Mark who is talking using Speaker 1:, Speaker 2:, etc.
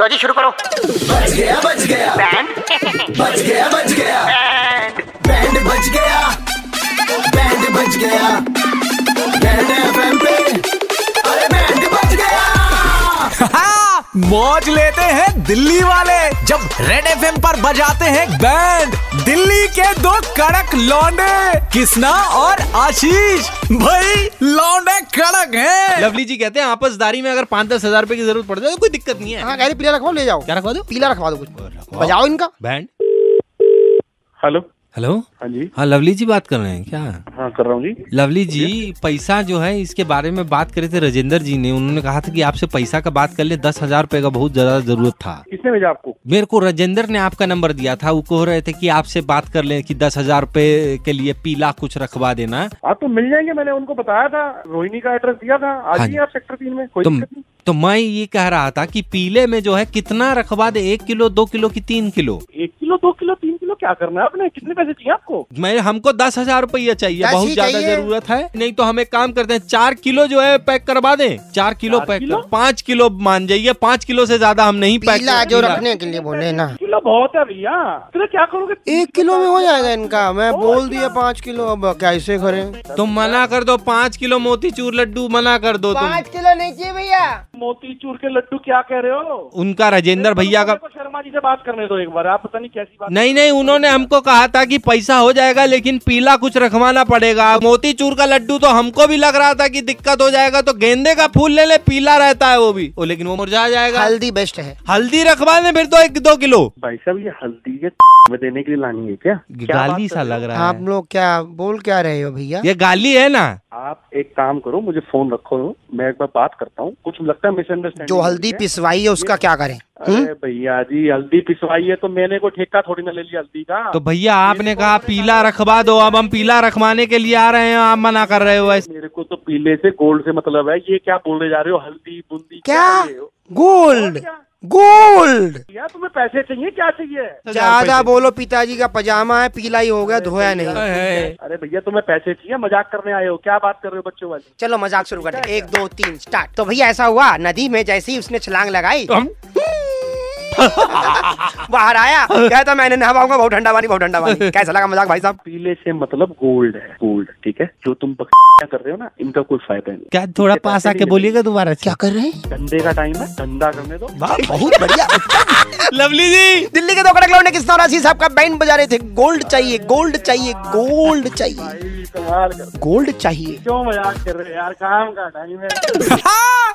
Speaker 1: लो जी शुरू करो
Speaker 2: बच गया बच गया
Speaker 1: बैंड
Speaker 2: बच गया बच गया
Speaker 1: बैंड
Speaker 2: बैंड बच गया बैंड बच गया बैंड एफएम पे अरे बैंड बच गया
Speaker 3: हाँ, मौज लेते हैं दिल्ली वाले जब रेड एफ पर बजाते हैं बैंड दिल्ली के दो कड़क लौंडे कृष्णा और आशीष भाई लौंडे कड़क हैं
Speaker 4: लवली जी कहते हैं आपसदारी में अगर पाँच दस हजार रुपए की जरूरत पड़ जाए तो कोई दिक्कत नहीं है
Speaker 5: हाँ गाड़ी पीला रखवाओ ले जाओ
Speaker 4: क्या रखवा दो
Speaker 5: पीला रखवा दो कुछ बजाओ इनका
Speaker 4: बैंड
Speaker 6: हेलो
Speaker 4: हेलो
Speaker 6: हाँ जी
Speaker 4: हाँ लवली जी बात कर रहे हैं क्या
Speaker 6: हाँ कर रहा हूँ जी
Speaker 4: लवली जी पैसा जो है इसके बारे में बात करे थे राजेंद्र जी ने उन्होंने कहा था कि आपसे पैसा का बात कर ले दस हजार रुपए का बहुत ज्यादा जरूरत था
Speaker 6: किसने भेजा आपको
Speaker 4: मेरे को राजेंद्र ने आपका नंबर दिया था वो कह रहे थे कि आपसे बात कर लें कि दस हजार रुपए के लिए पीला कुछ रखवा देना
Speaker 6: आप तो मिल जाएंगे मैंने उनको बताया था रोहिणी का एड्रेस दिया था आज
Speaker 4: हाँ
Speaker 6: ही
Speaker 4: जी।
Speaker 6: आप सेक्टर तीन में कोई
Speaker 4: तो
Speaker 6: दिक्कत नहीं
Speaker 4: तो मैं ये कह रहा था कि पीले में जो है कितना रखवा दे एक किलो दो किलो की तीन किलो
Speaker 6: एक किलो दो किलो तीन किलो क्या करना है आपने कितने पैसे चाहिए आपको
Speaker 4: मैं हमको दस हजार रुपया चाहिए
Speaker 5: दस ही
Speaker 4: बहुत ज्यादा
Speaker 5: चाहिए।
Speaker 4: जरूरत है नहीं तो हम एक काम करते हैं चार किलो जो है पैक करवा दें चार किलो
Speaker 6: चार
Speaker 4: पैक
Speaker 6: किलो?
Speaker 4: कर पाँच किलो मान जाइए पाँच किलो से ज्यादा हम नहीं पैक
Speaker 5: पीला
Speaker 4: कर-
Speaker 5: जो
Speaker 4: पीला।
Speaker 5: रखने के लिए बोले ना
Speaker 6: किलो बहुत है भैया इतने क्या करोगे
Speaker 5: एक किलो में हो जाएगा इनका मैं बोल दिया पाँच किलो अब कैसे करें
Speaker 4: तुम तो मना कर दो पाँच किलो मोतीचूर लड्डू मना कर दो तुम
Speaker 5: किलो नहीं चाहिए भैया
Speaker 6: मोती चूर के लड्डू क्या कह रहे हो
Speaker 4: उनका राजेंद्र भैया का
Speaker 6: मेरे को तो शर्मा जी से बात करने दो एक बार आप पता नहीं कैसी बात
Speaker 4: नहीं नहीं उन्होंने हमको कहा था कि पैसा हो जाएगा लेकिन पीला कुछ रखवाना पड़ेगा मोतीचूर का लड्डू तो हमको भी लग रहा था कि दिक्कत हो जाएगा तो गेंदे का फूल ले ले पीला रहता है वो भी ओ, लेकिन वो मुरझा जाएगा
Speaker 5: हल्दी बेस्ट है
Speaker 4: हल्दी रखवा दें फिर तो एक दो किलो
Speaker 6: भाई साहब ये हल्दी के में देने के लिए लानी है क्या
Speaker 4: गाली सा लग रहा
Speaker 5: हाँ। आप
Speaker 4: है
Speaker 5: लोग क्या बोल क्या रहे हो भैया
Speaker 4: ये गाली है ना
Speaker 6: आप एक काम करो मुझे फोन रखो मैं एक बार बात करता हूँ कुछ लगता है मिसअंडरस्टैंडिंग
Speaker 5: जो हल्दी पिसवाई है उसका क्या करें
Speaker 6: अरे भैया जी हल्दी पिसवाई है तो मैंने को ठेका थोड़ी ना ले लिया हल्दी का
Speaker 4: तो भैया आपने कहा पीला
Speaker 6: अच्छा
Speaker 4: रखवा दो अब हम पीला रखवाने के लिए आ रहे हैं आप मना कर रहे हो ऐसे
Speaker 6: मेरे को तो पीले से गोल्ड से मतलब है ये क्या बोलने जा रहे हो हल्दी बूंदी
Speaker 5: क्या
Speaker 6: ये हो?
Speaker 5: गोल्ड गोल्ड
Speaker 6: भैया तुम्हें पैसे चाहिए क्या चाहिए
Speaker 5: ज्यादा बोलो पिताजी का पजामा है पीला ही हो गया धोया नहीं
Speaker 4: है।
Speaker 6: अरे भैया तुम्हें पैसे चाहिए मजाक करने आए हो क्या बात कर रहे हो बच्चों वाली
Speaker 5: चलो मजाक शुरू करते हैं। एक दो तीन स्टार्ट तो भैया ऐसा हुआ नदी में जैसे ही उसने छलांग लगाई
Speaker 4: हम-
Speaker 5: बाहर आया कहता मैंने नहा पाऊंगा बहुत ठंडा पानी बहुत ठंडा पानी कैसा लगा मजाक भाई साहब
Speaker 6: पीले से मतलब गोल्ड है गोल्ड ठीक है जो तुम बकरियां कर रहे हो ना इनका कोई फायदा तो नहीं
Speaker 4: क्या थोड़ा पास आके बोलिएगा दोबारा से।
Speaker 5: क्या कर रहे हैं
Speaker 6: धंधे का टाइम है धंधा करने दो
Speaker 5: वाह बहुत बढ़िया
Speaker 4: लवली जी
Speaker 5: दिल्ली के दो कड़क लौंडे किस तरह साहब का बैंड बजा रहे थे गोल्ड चाहिए गोल्ड चाहिए गोल्ड चाहिए
Speaker 6: भाई कमाल कर
Speaker 5: गोल्ड चाहिए
Speaker 6: क्यों मजाक कर रहे हो यार काम का टाइम है
Speaker 3: हाँ,